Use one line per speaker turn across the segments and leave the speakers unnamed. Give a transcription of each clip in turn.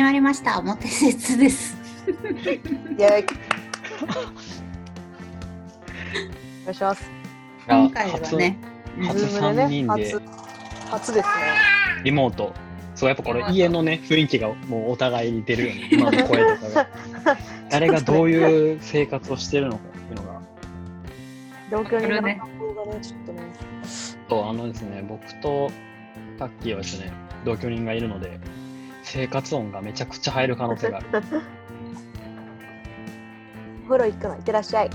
られました。表説です。
イエーイお願いします。
今回はね。
ズ
うん
初
ームでね、
三人で
初、初ですね。
初リモートそうやっぱこ
リ
れ
モート
家のね雰囲気がもうお互いに出る よね今の声とかが誰がどういう生活をしてるのかっていうのが
同居人の
これね
反応がね、ちょっとね。
そうあのですね僕とタッキーはですね同居人がいるので生活音がめちゃくちゃ入る可能 性がある
お風呂行くの、行ってらっしゃ い。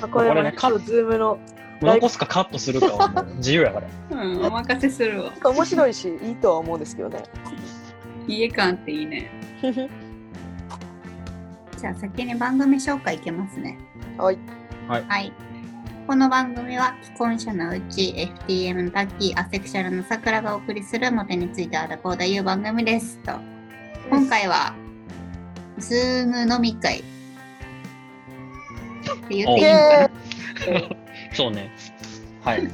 あこ
こ
れ
れ
は
ね
ね、ちょっとズームの、
残すかカットするかはもう自由やから
うん、お任せするわ
な。んか面白いし、いいとは思うんですけど ね。
家感っていいね。じゃあ先に番組紹介いけますね。
はい。
はい。この番組は既婚者のうち FTM のタッキー、アセクシャルのさくらがお送りするモテについてあらこうだいう番組です。と。今回は、ズーム飲み会。って言っていいのかな
イ
っ
そうねはい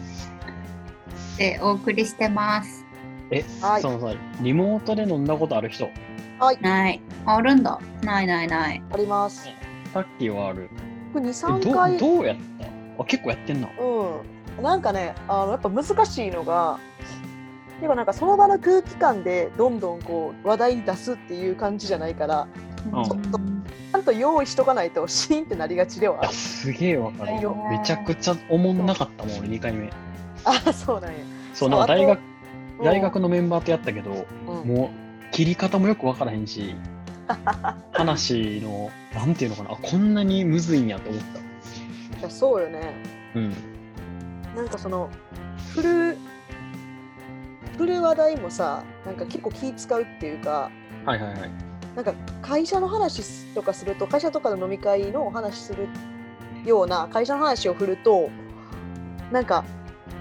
てお送りしてます。
え、
はい
そのさリモートで飲んだことある人
ない。あるんだ。ないないない。
あります。
タッキーはある
これ
えど
2、3回
う。どうやったあ結構やってんな
うん、なんかねあのやっぱ難しいのが結構なんかその場の空気感でどんどんこう話題出すっていう感じじゃないから
うん
ちょっとちゃんと用意しとかないとシーンってなりがちではあ
あ
る
すげえわかるよ。
えー
めちゃくちゃおもんなかったもん、俺2回目。
あそうなんや
そう、なんか大
あ
学
と、
大学のメンバーとやったけど、
うん
もう切り方もよくわからへんし、話の、なんていうのかな、あこんなにむずいんやと思っ
いやそうよね
た。うん。
なんかその振る振る話題もさなんか結構気使うっていうか
はいはいはい。
なんか会社の話とかすると会社とかの飲み会のお話するような会社の話を振るとなんか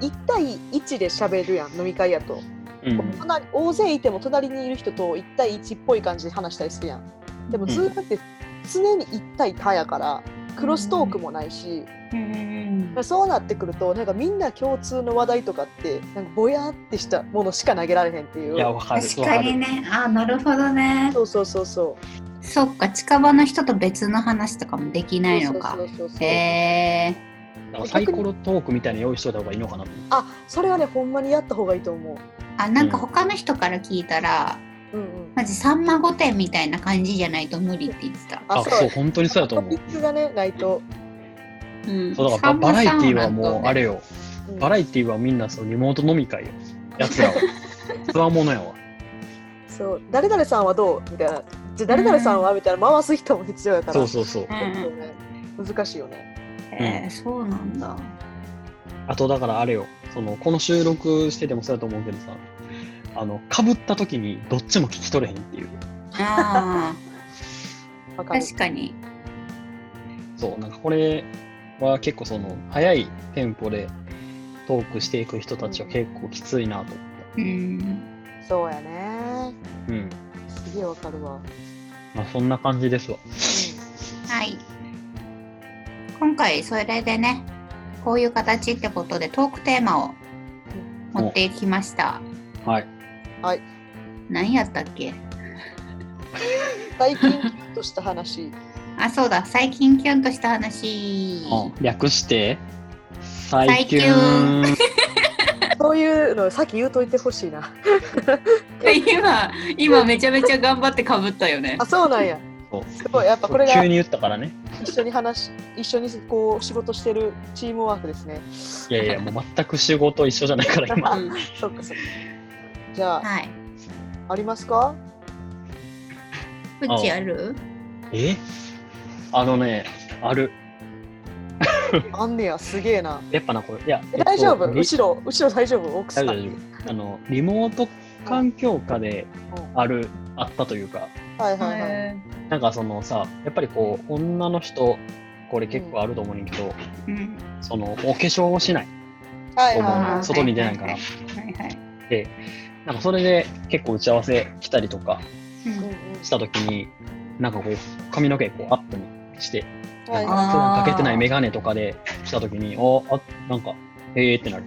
1対1で喋るやん飲み会やと、
うん。
隣大勢いても隣にいる人と1対1っぽい感じで話したりするやんでも
ん
ズームって常に1対他やからクロストークもないし、
うん
そうなってくるとなんかみんな共通の話題とかってなんかぼやってしたものしか投げられへんっていう
いや、わかる。
確
わ
か
か
に
る。
ね。あ、なるほどね。
そうそうそうそう
そっか、近場の人と別の話とかもできないのか
そ。うそうそうそう
へえ。
だからサイコロトークみたいなの用意しといた方がいいのかなと思って
あそれはねほんまにやった方がいいと思う
あ、なんか他の人から聞いたら、
うんうん
マジさんま御殿みたいな感じじゃないと無理って言ってた。
あ、そう、本当にそうやと思
ト
う
ピ。ックがねないと、
うん。
そうだからババラエティーはもう、あれ
よ。
よ。
うん
バラエティーはみんなそう、リモート飲み会よ。やつらは。つわものやわ。
そう誰々さんはどうみたいなじゃあ誰々さんはみたいな回す人も必要やから
そうそうそう。
結構
う
ね難しいよね
ん。えー、そうなんだ。
あとだからあれよ、そのこの収録しててもそうだと思うけどさ、あの、かぶった時にどっちも聞き取れへんっていう。
あ
わ
あ、
かる
確かに。
そう、なんかこれは結構その、早いテンポでトークしていく人たちは結構きついなと思っ
うん。
そうやね
た。うん。
すげえわかるわ、うん
まあそんな感じですわ。
はい。今回、それでね、こういう形ってことでトークテーマを持ってきました。
はい。
何やったっけ
最近キュンとした話
あ、そうだ、最近キュンとした話。
うん略して、最近。
そういうのさっき言うといてほしいな
今、今めちゃめちゃ頑張ってかぶったよね
あ。そうなんや
そう
すごいやっぱこれが
急に言ったからね。
一緒に話し一緒にこう仕事してるチームワークですね
いやいや、もう全く仕事一緒じゃないか ら今。
うん
そっかそっかじゃあ
はい。
ありますか
うちある
えあのね、ある。
あんねやすげえな
やっぱな、これ。いや、
え大丈夫、
えっと
後ろ後ろ大丈夫奥さ
大
ん
丈夫大丈夫あのリモート環境下であるあったというか
はいはいはい
なんかそのさやっぱりこう女の人これ結構あると思うねんけど、
うん。
そのお化粧をしない
はい
と思う
は
の
い
あ
よ
ー
外に出ないから、
はいはいはい。
なんかそれで結構打ち合わせ来たりとか
うん
した時になんかこう髪の毛こうアップにして
は
なん
い
か
はい
普段かけてない眼鏡とかで来た時におあなんかええー、ってなる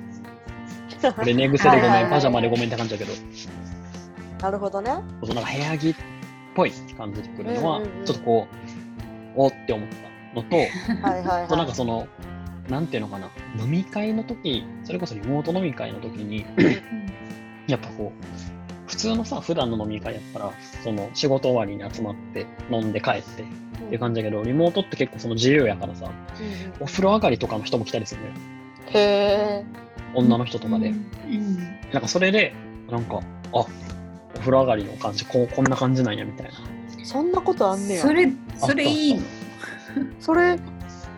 これ寝癖でご
はいはいは
めん
い
パジャマでごめんって感じだけど
なるほ どね。
そうそうなんか部屋着っぽい感じで来るのは、
うんうんうん
ちょっとこう、おーって思ったのと、
はいはいは
あとなんか
い。
その、なんていうのかな、飲み会の時、それこそリモート飲み会の時に、 やっぱこう、普通のさ、普段の飲み会やったら、その仕事終わりに集まって飲んで帰ってっていう感じだけど、リモートって結構その自由やからさ、
うんうん
お風呂上がりとかの人も来たりするのよ。
へえ。
女の人とかで。
うん
なんかそれで、なんか、あお風呂上がりの感じ、こうこんな感じなんやみたいな。
そんなことあんねや。
それそれいい
あっ
の
たあった
それ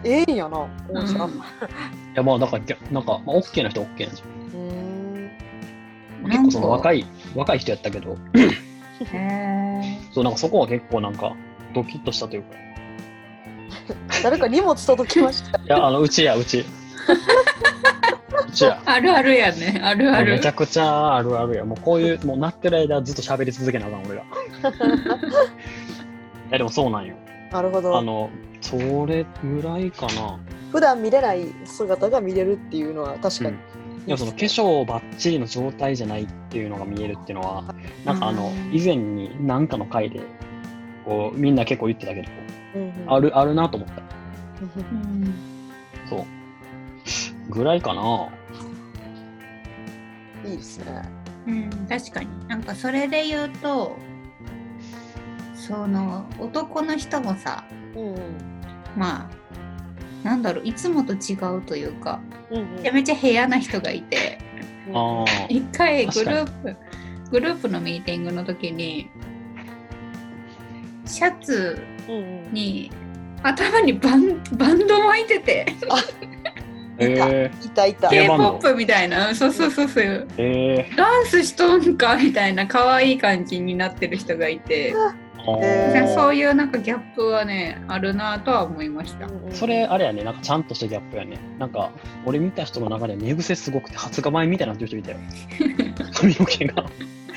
ええんやな。大島
うん
いや、まあ、なんか、ぎゃなんか、まあ、OK な人は OK なんですよ。
うーん。
結構その若
い
い、若い人やったけど、
へえ
そう、なんかそこは結構なんか、ドキッとしたというか、
誰か荷物届きました。
いや、 あの、うちや、うち。うちや。
あるあるやねあるある
めちゃくちゃあるあるや。もうこういう、もうなってる間ずっと喋り続けなあかん、 俺ら。いや、でもそうなんよ。
なるほ
あ
ど。
の、それぐらいかな。
普段見れない姿が見れるっていうのは確かに。
でもその化粧ばっちりの状態じゃないっていうのが見えるっていうのは、なんかあの、以前に何かの回で、こう、みんな結構言ってたけど、
うんうん
あ。る、あるなと思った。
うん
そう。ぐらいかな。
いいですね。
うん確かになんかそれで言うとその男の人もさ
うんうん。
まあなんだろういつもと違うというか
うん
めちゃめちゃ部屋な人がい て
うん。
ああ。
一回グ
確
ル
かに
ープグループのミーティングの時にシャツ
うんうん。
に頭にバンバンド巻いてて
見た
え
いたいた。
定
k
番
p
の
o p みたいなそうそうそうそう
ー、え
ダンスしとんかみたいな可愛い感じになってる人がいて
ー、あ
え
ー
そういうなんかギャップはねあるなとは思いました
うんうん
それあれやね、なんかちゃんとしたギャップやね。なんか、俺見た人の中で寝癖すごくて、発芽前みたいになってる人いたよ。髪の毛が。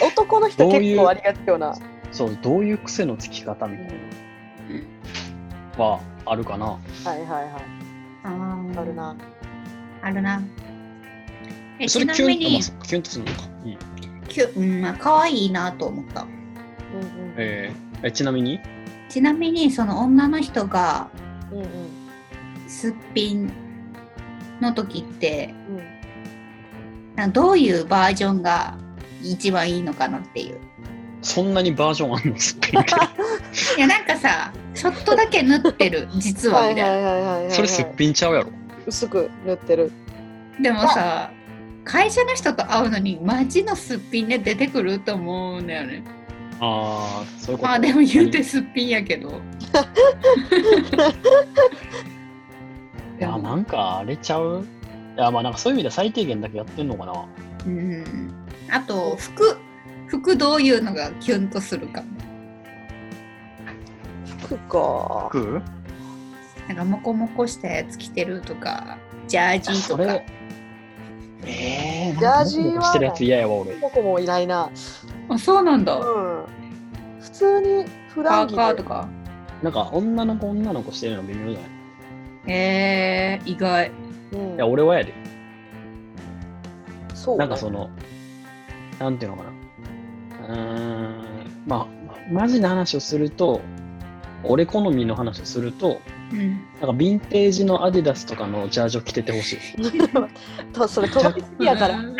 男の人結構ありがちよな。
そう、どういう癖のつき方み
う
た
ん
いなのはあるかな。
はいはいはい。
あー
あるな。
あるなえ
そ
ち
れ
な
キュ
み
ンと、ま
に
あそうキュンとするのか。いい
きゅ、うんまあ、可愛いなと思った
うんうん。
えーえちなみに
ちなみにその女の人が
うんうん
すっぴんの時って
うん。
なんかどういうバージョンが一番いいのかなっていう
そんなにバージョンあんのすっぴんって。
いやなんかさちょっとだけ塗って る実は
はい
みたい
は
ない
はいはいはい。
それすっぴんちゃうやろ。
薄く塗ってる。
でもさ会社の人と会うのにマジのすっぴんで出てくると思うんだよね
ああ、そういうこと。
まあでも言うてすっぴんやけ ど
いや、なんかあれちゃういや、まあなんかそういう意味では最低限だけやってんのかな。
うんあと服服どういうのがキュンとするかも
服か。
服
なんかモコモコしたやつ着てるとかジャージーと
そ
か
れ。えー、
ジャージーは
なんかモコモコしてるやつ嫌やわ、俺。
ここもいないな。
あそうなんだ
うん。普通にフラ
パ
ン
ー
ギ
カーと
で
か
なんか女の子女の子してるの微妙じゃないい
えー、意外
うん
や、俺はやで。
そうね
なんか その、なんていうのかな。うーん、まあ、マジな話をすると、俺好みの話をすると、
うん
なんかヴィンテージのアディダスとかのジャージを着ててほしい。
とそれ届きすぎやから。
うん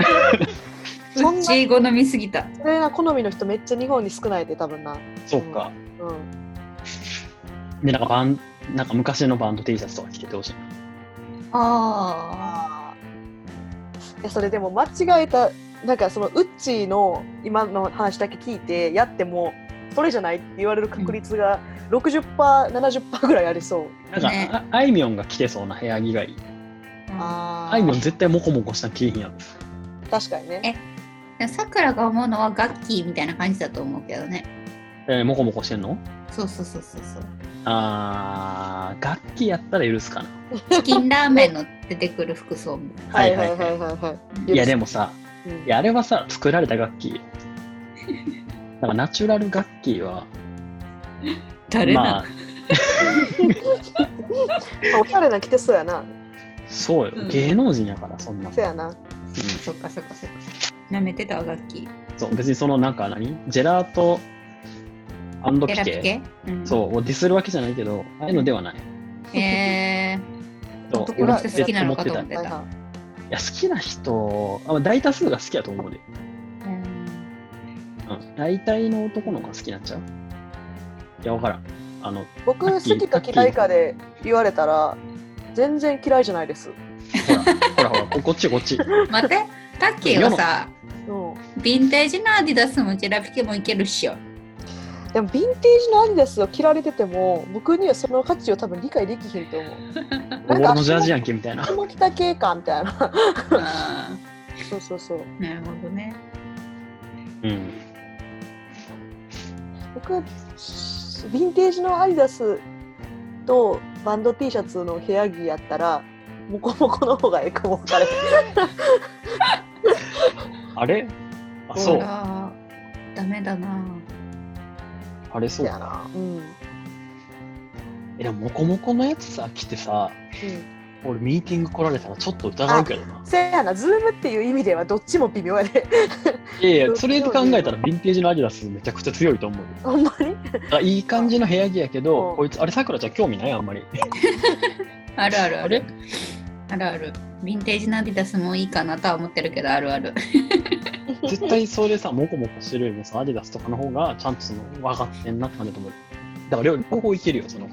そんな
うち好みすぎた
それが好みの人めっちゃ日本に少ないで多分な。
そうか。
うん。
で、なんかバン、なんか昔のバンド T シャツとか着ててほしい。
あ
いやそれでも間違えたなんかそのウッチーの今の話だけ聞いてやってもそれじゃないって言われる確率が 60%70% ぐらいありそう。
なんか、
ね
ああいみょんが着てそうな部屋着がいい。
あ
あ
あいみょん絶対モコモコしたの着いひんやろ。
確かにね。
さくらが思うのはガッキーみたいな感じだと思うけどね
えー、モコモコしてんの
そうそうそうそうそう
あー、楽器やったら許すかな。。
チキンラーメンの出てくる服装も
はいはいはいはいはい
や、でもさ、
い。うん
いや、あれはさ、作られた楽 器。なんかナチュラル楽器は、
誰な、
まあ、
まあおしゃれな着てそうやな。
そうよ
うん、
芸能人やから、そんな。
そうやな。
そっかそっかそっか舐めてたわ、楽器。
そう、別にそのなんか何ジェラートピケ
ラピケ、うん、
そう、をディスるわけじゃないけど、ああいうのではない。
えー、
そう
男の人好きなのかと思っ
い
てた。
や、好きな人、あ大多数が好きやと思うで。
うん
うん。大体の男の子が好きになっちゃういや、わからん。あの、
僕
さ
好
っき
きか嫌いかで言われたら全然嫌いじゃないです。
ほら、ほらほら、こ こっちこっち。
待って、タッキーはさ、
うん
ヴィンテージのアディダスもジェラピケもいけるっしょ。
でもヴィンテージのアディダスを着られてても僕にはその価値を多分理解できひんと思う。なん
俺
か
のジャージやんけみたいな。
足も着た系かみたいな。
あ
そうそうそう。
ーなるほどね。
うん。
僕はしヴィンテージのアディダスとバンド T シャツの部屋着やったらモコモコの方がええかも分かれへん
あれあ、そう。
あーダメだな。
あれそうだな。
な。うん。うん
え、でも、モコモコのやつさ、来てさ、俺ミーティング来られたらちょっと疑うけどな。
せやな、ズームっていう意味ではどっちも微妙やで。
いやいや、それで考えたら、ヴィンテージのアディダスめちゃくちゃ強いと思うよ。
ほんまに
あいい感じの部屋着やけ
う
ど
ん、
こいつ、あれ、さくらちゃん興味ないあんまり。
あるあるあ
あ
る
れ。
あるある。ヴィンテージのアディダスもいいかなとは思ってるけど、あるある。
絶対それさ、モコモコしてるよりもさ、アディダスとかの方が、ちゃんとその、分かってんなって感じだと思う。だから両、両方いけるよ。その、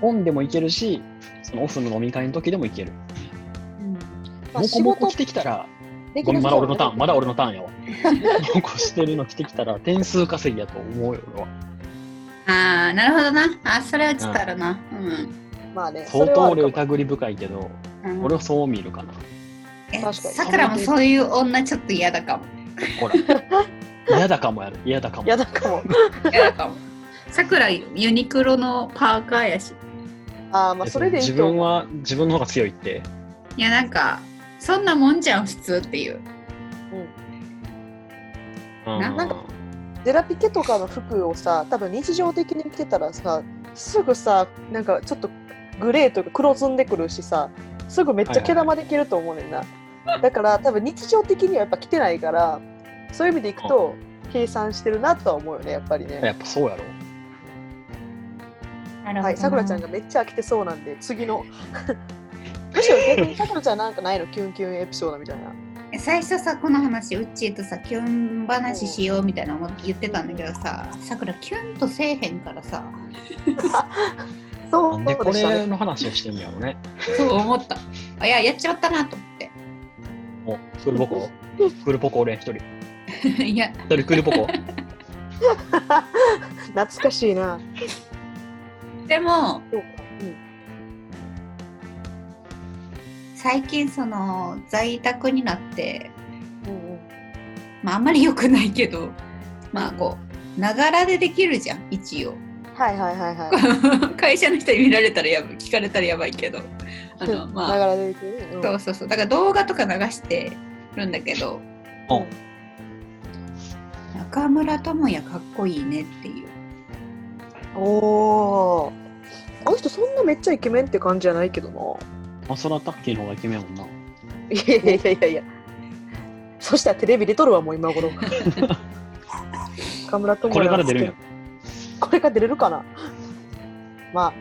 本でもいけるし、そのオフの飲み会の時でもいける。
まあ
モコモコしてきたら、
でき
ご
る
め
人
ん、
は
まだ俺のターン、まだ俺のターンやわ。モコモコしてるの着てきたら、点数稼ぎやと思うよ、俺は。
ああ、なるほどな。あ、それはちょっとあるな。うん。
まあね、
相当俺
それはあるかも
疑り深いけど、
うん
俺はそう見るかな。
え
確かに
さくらもそういう女ちょっと嫌だかも。
ほら。嫌だかもやる。嫌だかも。
嫌だかも。
嫌だかも。 さくらユニクロのパーカーやし。
ああ、まあそれでいい
自
と
分
思う。
は自分の方が強いって
いやなんかそんなもんじゃん普通っていう。
うん
な
なんかジェラピケとかの服をさ、多分日常的に着てたらさ、すぐさ、なんかちょっとグレーとか黒ずんでくるしさ、すぐめっちゃ毛玉できると思うねんな。だから多分日常的にはやっぱ着てないから、そういう意味でいくと、計算してるなとは思うよね、やっぱりね。
やっぱそうやろ
なる
はい、さくらちゃんがめっちゃ飽きてそうなんで、次 の。むしろ逆にさくらちゃんなんかないの、キュンキュンエピソードみたいな。
最初さこの話うっちーとさキュン話しようみたいな思って言ってたんだけどささくらキュンとせえへんからさ
そ
なんでこ
うでした
れ
ね。
の話をしてんのやろね
そう思ったあいややっちまったなと思って
もうクールポコクールポコ俺一人
いや
一人クールポ コ
懐かしいな。
でも
そうか
最近その在宅になって
うんうんうん
まああんまり良くないけどまあこうながらでできるじゃん一応
はいはいはいはい。
会社の人に見られたらやばい聞かれたらやばいけどあ のまあ
ながらでいくね。うん
そうそうそうだから動画とか流してるんだけど
うん
中村智也かっこいいねっていう
おお。あの人そんなめっちゃイケメンって感じじゃないけどな。
マソラタッキーの方がイケメンやもんない
やいやいやいやいや。そしたらテレビ出とるわもう今 頃。岡村智也
これから出るんや
これから出れるかな。まあ。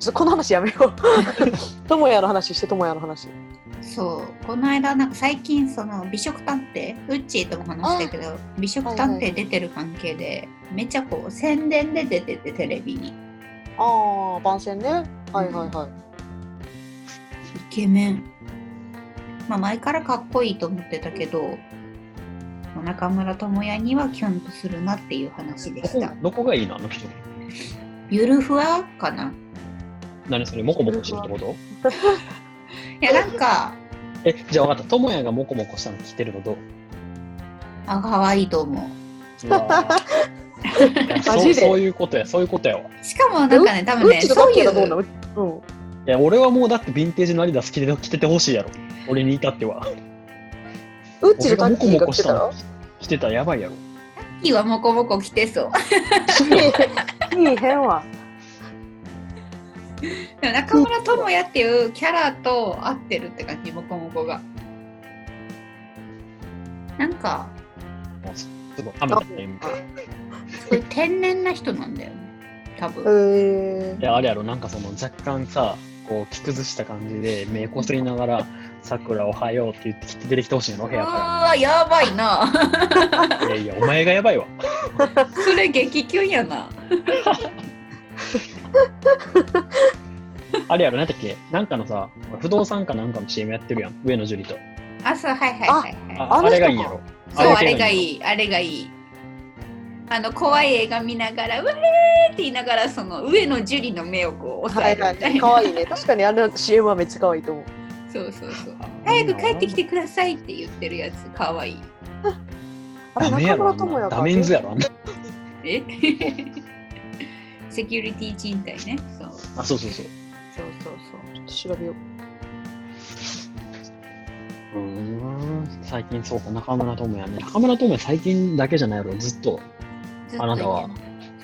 ちょっとこの話やめよ う。智也の話して智也の話。
そうこの間なんか最近その美食探偵ウッチーとも話したけど美食探
はいは
偵出てる関係でめっちゃこう宣伝で出ててテレビにイ
ああ番宣ね。はいはいはい。
ケメンまあ前からかっこいいと思ってたけど中村智也にはキュンとするなっていう話で
ど
し
こ
た
どこがいいのあの人
ゆるふわかな
何それモコモコしてるってこと
いやなんか
えじゃあ分かった智也がモコモコしたの着てる のどう
あ可愛いと思う
うわーいやそ
マ
う
ジで
そういうことやそういうことやわ
しかもなんかね、多分
う
ね、
ちとか
そ
っ
う
け
い
どどうな
う、
のうん。
いや俺はもうだってヴィンテージのアディダス着て着ててほしいやろ俺に至っては
うちとタ
俺がモ
ッキ
コ
ー
モ
が
コ
来
してた
たら
の着てたらやばいやろ
いいわ、もこもこ着てそう。
いいへんわ。
でも中村智也っていうキャラと合ってるって感じ、もこもこが。なんか
もうすすごい雨だったよみたいな。
すごい天然な人なんだよね多分、
え
であれやろなんかその若干さこう着崩した感じで目こすりながら「さくらおはよう」って言ってきて出てきてほしいの部
う
屋か
わやばいな
ら。いやいやお前がやばいわ。
それ激キュンやな
あれやろなんだっけなんかのさ不動産かなんかの CM やってるやん上野樹里と。
あそうはいはいはいはい
あ
あの人か
あれがいいんやろ。
そうあれが
い。
いいあれがいいあの怖い映画見ながら「うえー!」って言いながらその上野樹里の目をこう
ー、は
押さえ
い
るみた
はいい
な、
可愛いね確かにあの CM はめっちゃ可愛いと思う
そうそうそう早く帰ってきてくださいって言ってるやつ可愛い
あれ
ダメや
中村
ろあん
智
な
也
ダメンズ
や
やろあんな
え セキュリティ賃貸ねそう
あそうそうそう。
そうそうそう
ちょっと調べよう
うーん最近そうか中村智也ね中村智也最近だけじゃないやろずっと
ずっと
あなたは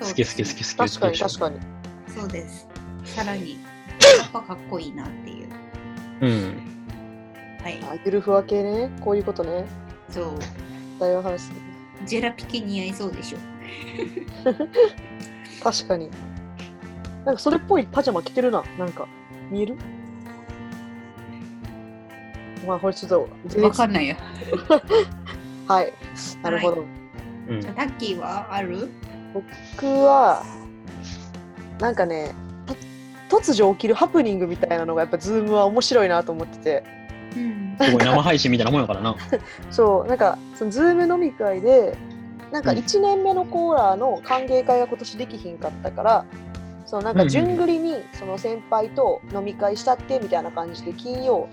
そう
好き好き好き好
確
き
かに確かに
そうですさらにやっぱかっこいいなっていう
にうん
はい
あゆるふわ系ねこういうことね
そう
だいぶ話すね
ジェラピケ似合いそうでしょ
確かになんかそれっぽいパジャマ着てるななんか見えるまあこれちょっと全
わ
然
かんないよ
はいなるほど、
うん
じゃあタッキーはある
僕はなんかねた突如起きるハプニングみたいなのがやっぱズームは面白いなと思ってて
うん
すごい生配信みたいなもんやからな
そうなんかそのズーム飲み会でなんか
うん
1年目のコーラの歓迎会が今年できひんかったからそのなんか順繰りにその先輩と飲み会したってみたいな感じで金曜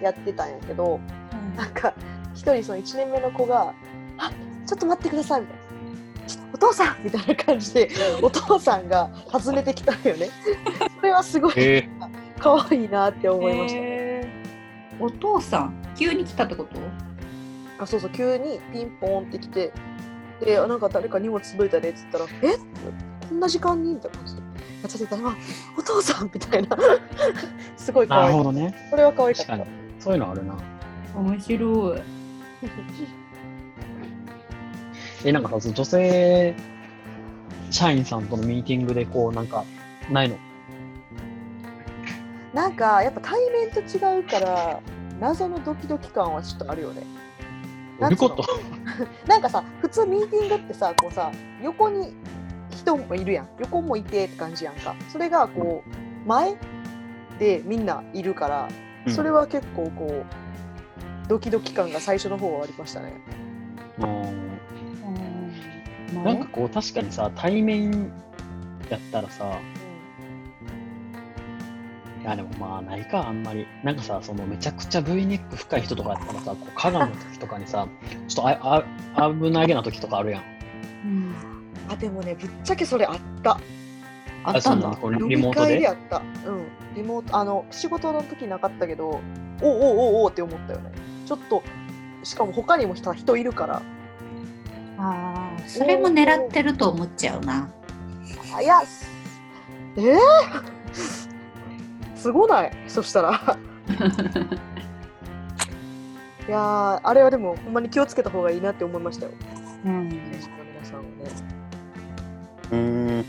にやってたんやけどなんか一人その1年目の子が「あちょっと待ってください」みたいな。ちょっとお父さんみたいな感じでお父さんが訪ねてきたんよね。それはすごい
へえ
可愛いなって思いました。
へーお父さん急に来たってこと
あそうそう急にピンポンって来てであなんか誰か荷物届いたねっつったら「えこんな時間に?」みたいな感じでやっちゃってたら「お父さん」みたいな すごい可
なる
愛
ほ
い
どね
それは可愛かっ
確か
た
にそういうのあるな
面白い
えなんかさその女性社員さんとのミーティングでこうなんかないの
なんかやっぱ対面と違うから謎のドキドキ感はちょっとあるよね
どういうこと
なんかさ普通ミーティングってさこうさ横に人もいるやん横もいてって感じやんかそれがこう前でみんないるからそれは結構こうドキドキ感が最初の方はありましたね。
うん
うん
なんかこう確かにさ対面やったらさいやでもまあないかあんまりなんかさそのめちゃくちゃ V ネック深い人とかやったらさこう鏡の時とかにさちょっとああ危なげな時とかあるやん
うん
あでもねぶっちゃけそれあった。
あったん
あ
だ
そうなの
飲
リ
み
モート
会で
で
やった。うん。リモートあの仕事の時なかったけど、おおおおおって思ったよね。ちょっとしかも他にも人人いるから。
あーそれも狙ってると思っちゃうな
あいや。えー、 すごない。そしたら。いやーあれはでもほんまに気をつけた方がいいなって思いましたよ。
うん
選手の皆さんをね。
うん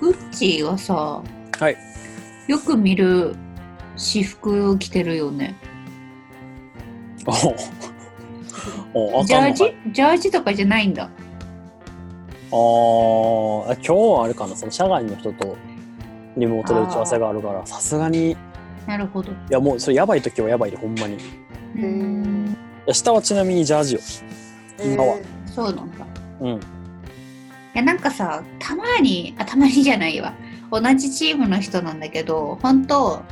フッチーはさ、
はい
よく見る私服を着てるよね
おお
ジャージジャージとかじゃないんだ
あーあ、今日はあれかな、その社外の人とリモートで打ち合わせがあるから、さすがに、い
なるほどう
やもうそれやばい時はやばいで、ほんまに。い
ーん
や下はちなみにジャージよ。今は
えー
そうなんだ
うん。
いやなんかさたまにあたまにじゃないわ同じチームの人なんだけど本当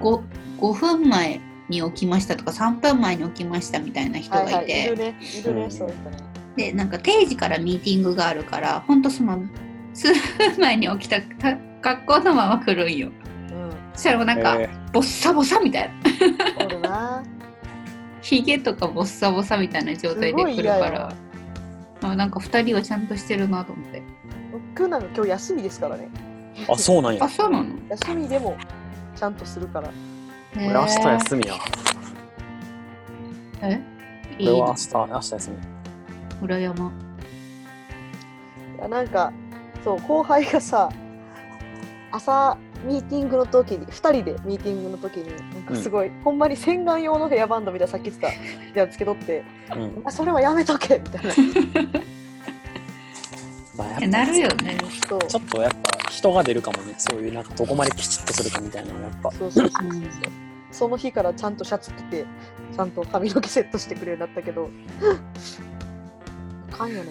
ご 5, 分前に起きましたとか3分前に起きましたみたいな人がいて、
はいはい、いるね、いるね、
うん
そういったね。
でなんか定時からミーティングがあるからほんとその数分前に起きたた学校のまま来るんよ
うん、
そしたらもうなんか、
え
ボッサボサみたいな
おるな。
ヒゲとかボッサボサみたいな状態で来る
すごい
か
嫌
ら
や
あなんか2人はちゃんとしてるなと思って
僕なんか今日休みですからね。
ーあ、そうなんや
あ。そうなの
休みでもちゃんとするから。
俺明日
へー
休みや。
えい
れ
いな
は明日、明日休み。
裏山。
いやなんかそう後輩がさ朝ミーティングの時に2人でミーティングの時になんかすごい、ほんまに洗顔用のヘアバンドみたいなさっき言ってたやつけと って
うん。
あそれはやめとけみたい な
まあや
い
っぱ
やなるよね。
そう
ちょっとやっぱ人が出るかもね。そういうなんかどこまできちっとするかみたいなのがやっぱ。
そうそうそう
うん
その日からちゃんとシャツ着てちゃんと髪の毛セットしてくれるようになったけどあかんよね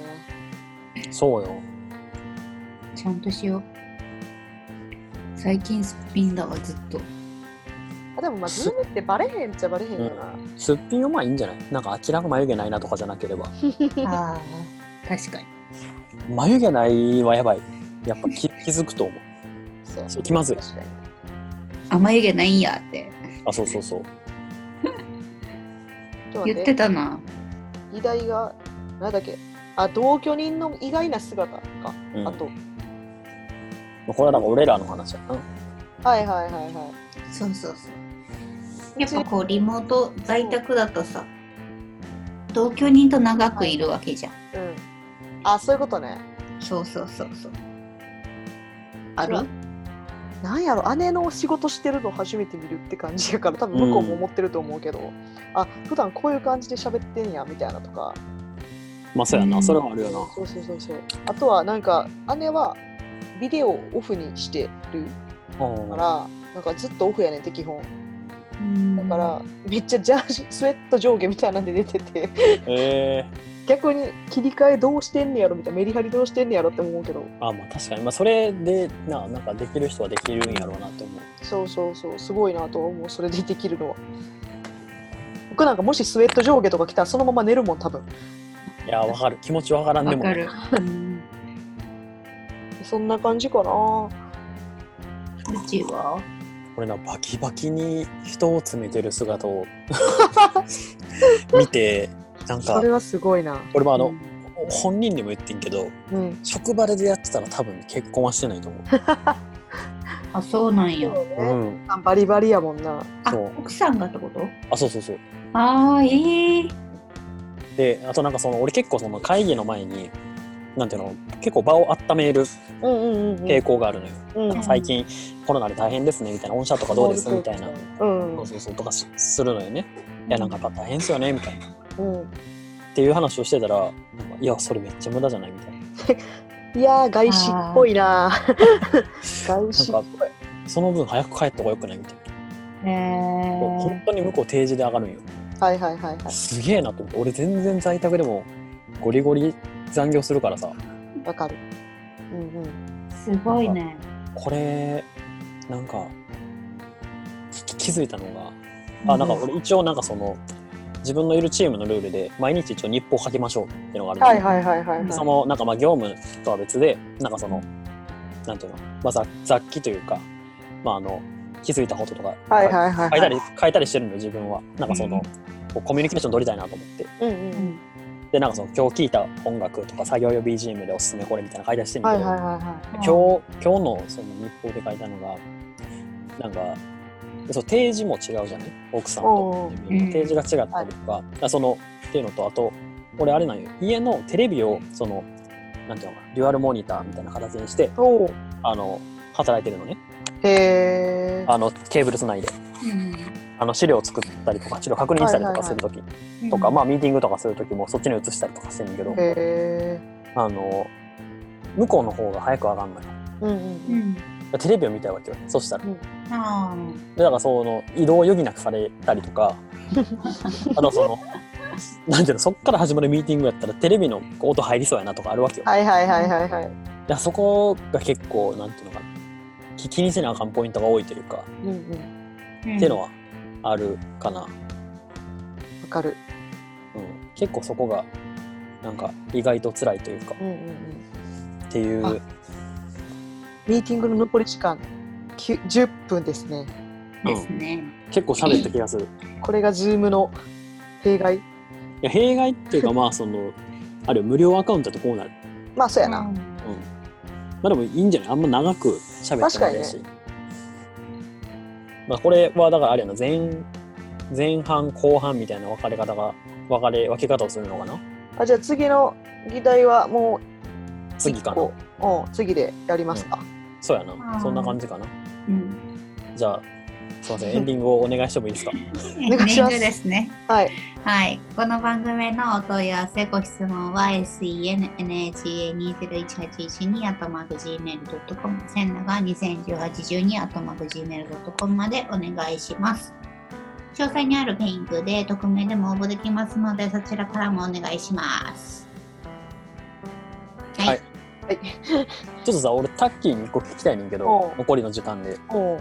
そうよ。
ちゃんとしよう。最近すっぴんだわ、ずっ と。
あでもまあズームってバレへんっちゃバレへんよな、
すっぴんはまあいいんじゃないなんか明らか眉毛ないなとかじゃなければ。
ああ、確かに。
眉毛ないはやばい。やっぱ 気気づくと思う。
そう
そう気まずい
確かに
あ、眉毛ないんやって
あ、そうそうそう。
今日は
言っ
ね
てたな。
議題が何だっけあ同居人の意外な姿か、
うん、
あと
まあこれはなんか俺らの話やな。
はいはいはいは
そうそうそう。
い
やっぱこうリモート在宅だとさ同居人と長くいるわけじゃん、
うんあそういうことね
そうそうそうそうある
そうなんやろ姉の仕事してるの初めて見るって感じやから多分向こうも思ってると思うけど、あ普段こういう感じで喋ってんやみたいなとか
まあそうや
う
な。
ん
それはあるよな。
そうそうそうそうあとはなんか姉はビデオをオフにしてる
うん
からなんかずっとオフやねんって基本だ
だ
からめっちゃジャージスウェット上下みたいなんで出てて
え
逆に切り替えどうしてんねやろみたいなメリハリどうしてんねやろって思うけど
ー、あまあ確かに、まあ、それでななんかできる人はできるんやろうなと思う
そうそうそうすごいなと思うそれでできるのは僕なんかもしスウェット上下とか着たらそのまま寝るもん多分
いやわかる気持ちわからんで
わ
も
かる、うん
そんな感じかな
うちは
俺なバキバキに人を詰めてる姿を見てなん
そ
か
れはすごいな
俺もあ
う
の
ん
本人にも言ってんけど
うん
職場でやってたら多分結婚はしてないと思
あそうなんや
う、うん、
バリバリやもんな
あ
そう
奥さんがってこと
あそうそうそう
ああええ
であとなんかその俺結構その会議の前になんていうの結構場を温める
うんうんうん
傾向があるのよ、
うん
うん
最近コロナで大変ですねみたいな御社とかどうですみたいな
うん
そうそうそうとかしするのよねいやなんかやっぱ大変ですよねみたいな
うん
っていう話をしてたらなんかいやそれめっちゃ無駄じゃないみたいない
やー外資っぽいな外資っぽい
その分早く帰った方がよくないみたい
え
な、もう本当に向こう定時で上がるんよ
はいはいはいはい
すげえなと思って俺全然在宅でもゴリゴリ残業するからさ
わかるうんうん
すごいね
これなんかき気づいたのがあなんか俺一応なんかその自分のいるチームのルールで毎日一応日報書きましょうっていうのがあるのよ
はいはいはいはいはい
そのなんかまあ業務とは別でなんかそのなんていうの、まあ、雑雑記というか、まあ、あの気づいたこととか
はいはい はい
書
は
いた
い
り書いたりしてるのよ自分はなんかその、こうコミュニケーション取りたいなと思って
うんうんうん
でなんかその今日聴いた音楽とか作業用 BGM でおすすめこれみたいな書いたりしてるんだ
はい
け
はい
ど、
はいは
今日今日のその日報で書いたのがなんかそう定時も違うじゃない奥さんと
おう
自分の定時が違ったりとか,、そのっていうのとあと俺あれなんよ家のテレビをそのなんていうのかなデュアルモニターみたいな形にして
いおう
あの働いてるのね
へー
あのケーブルつないであの資料を作ったりとか資料確認したりとかするときとか、
うん
まあミーティングとかするときもそっちに移したりとかしてるんだけど、
へ
あの向こうの方が早く上がんない
ーうんう
うんん
テレビを見たいわけよそしたら。
あ
でだからその移動を余儀なくされたりとかあとそのなんていうのそっから始まるミーティングやったらテレビの音入りそうやなとかあるわけよ、
はいはいはいはいはい
だからそこが結構なんていうのかなき気にせなあかんポイントが多いというか、
うんうんわ
ー
っていうのはあるかな、
かる
うん、結構そこがなんか意外と辛いというか
うんうんうん
っていう
あミーティングの残り時間きゅ10分ですね
うんですね、
結構喋った気がする
これが Zoom の弊害
いや弊害ってい うかまあそのある無料アカウントだとこうなる
まあそうや
う
な、
ん
まあでもいいんじゃないあんま長く喋ってもないし。まあこれはだからあれやな、前前半後半みたいな分かれ方が分かれ分け方をするのかな
あじゃあ次の議題はもう
次かな
一個うん、次でやりますか、
そうや
あ
な
ー
そんな感じかな
うん。
じゃあすいませんエンディングをお願いしてもいい ですか
お願いします
年中ですね。
はい
はい。この番組のお問い合わせ、ご質問は sennha201812 あとマグ gmail.com、千長201812あとマグ gmail.com までお願いします。詳細にあるリンクで匿名でも応募できますので、そちらからもお願いします。
はいちょっとさ俺タッキーに一個聞きたいねんけど
おう
残りの時間で
お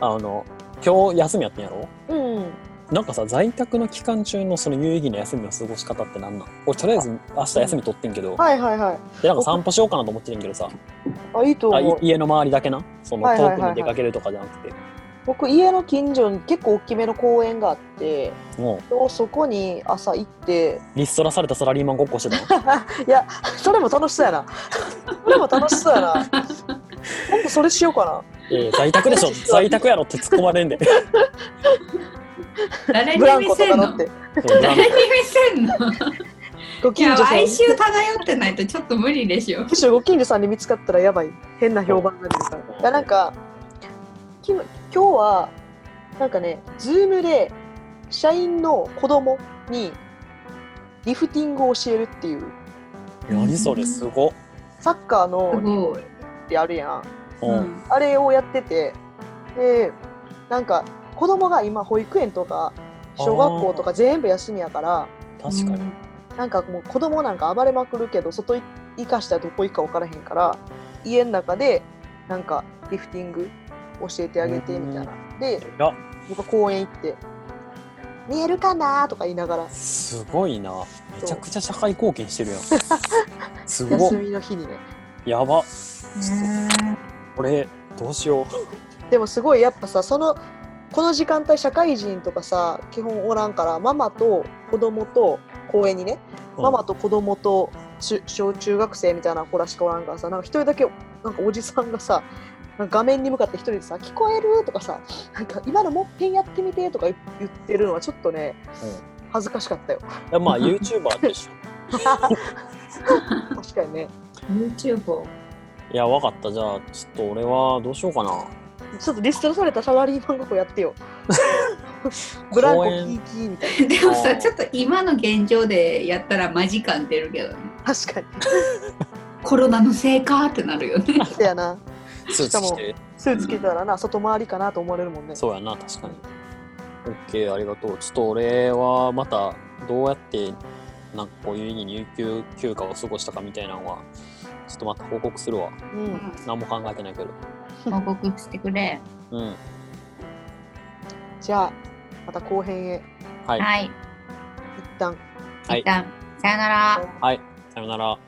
あの今日休みやってんやろ
うんうん
なんかさ在宅の期間中のその有意義な休みの過ごし方ってなんなん俺とりあえず明日休み取ってんけど、
はいはいはい
でなんか散歩しようかなと思ってんけどさ
あいいと
あい
思う
家の周りだけなその
はいはい
遠
はいはい
くに出かけるとかじゃなくて、
僕家の近所に結構大きめの公園があって
も
そこに朝行って
うリストラされたサラリーマンごっこしてたの
いやそれも楽しそうやなそれも楽しそうやな今度それしようか
いやいや在宅でしょ在宅やろって突っ込まれん で
な
誰
ブランコとか乗って
そうなん
に見せんの
ご近所さん
漂ってないとちょっと無理でしょ。
むしろご近所さんに見つかったらやばい変な評判になるからいやなんかき今日はなんかねズームで社員の子供にリフティングを教えるっていう
何それすごっ、
サッカーのリフ
ごい。
ってあるやん
うん
あれをやっててでなんか子供が今保育園とか小学校とか全部休みやから
確かに、
なんかもう子供なんか暴れまくるけど外い行かしたらどこ行くか分からへんから家の中でなんかリフティング教えてあげてみたいな。で
いや
僕は公園行って「見えるかな?」とか言いながら
すごいなめちゃくちゃ社会貢献してるやんすごっ
休みの日にね
やば
うん
これどうしよう
でもすごいやっぱさそのこの時間帯社会人とかさ基本おらんからママと子供と公園にねママと子供と中小中学生みたいな子らしかおらんからさなんか一人だけなんかおじさんがさなんか画面に向かって一人でさ「聞こえる?」とかさ「なんか今のもっぺんやってみて」とか言言ってるのはちょっとね、恥ずかしかったよ
いやまあ YouTuber でしょ
確かにね
YouTuber。
いやわかったじゃあちょっと俺はどうしようかな
ちょっとリストラされたサラリーマンごっこやってよブランコ
公
キ
園
ーキーみた い
でも
あ
さ
ー
ちょっと今の現状でやったらマジ感出るけどね
な確かに
コロナのせいかってなるよね
そうやな
スーツ着て
スーツ着たらな外回りかなと思われるもんね
そうやな確かに OK ありがとうちょっと俺はまたどうやってなんかこういう意義に有給休暇を過ごしたかみたいなのはちょっとまた報告するわ
うん、
何も考えてないけど
報告してくれ
うん
じゃあまた後編へ
はい
はい
一旦
はい
一旦さよなら
はいさよなら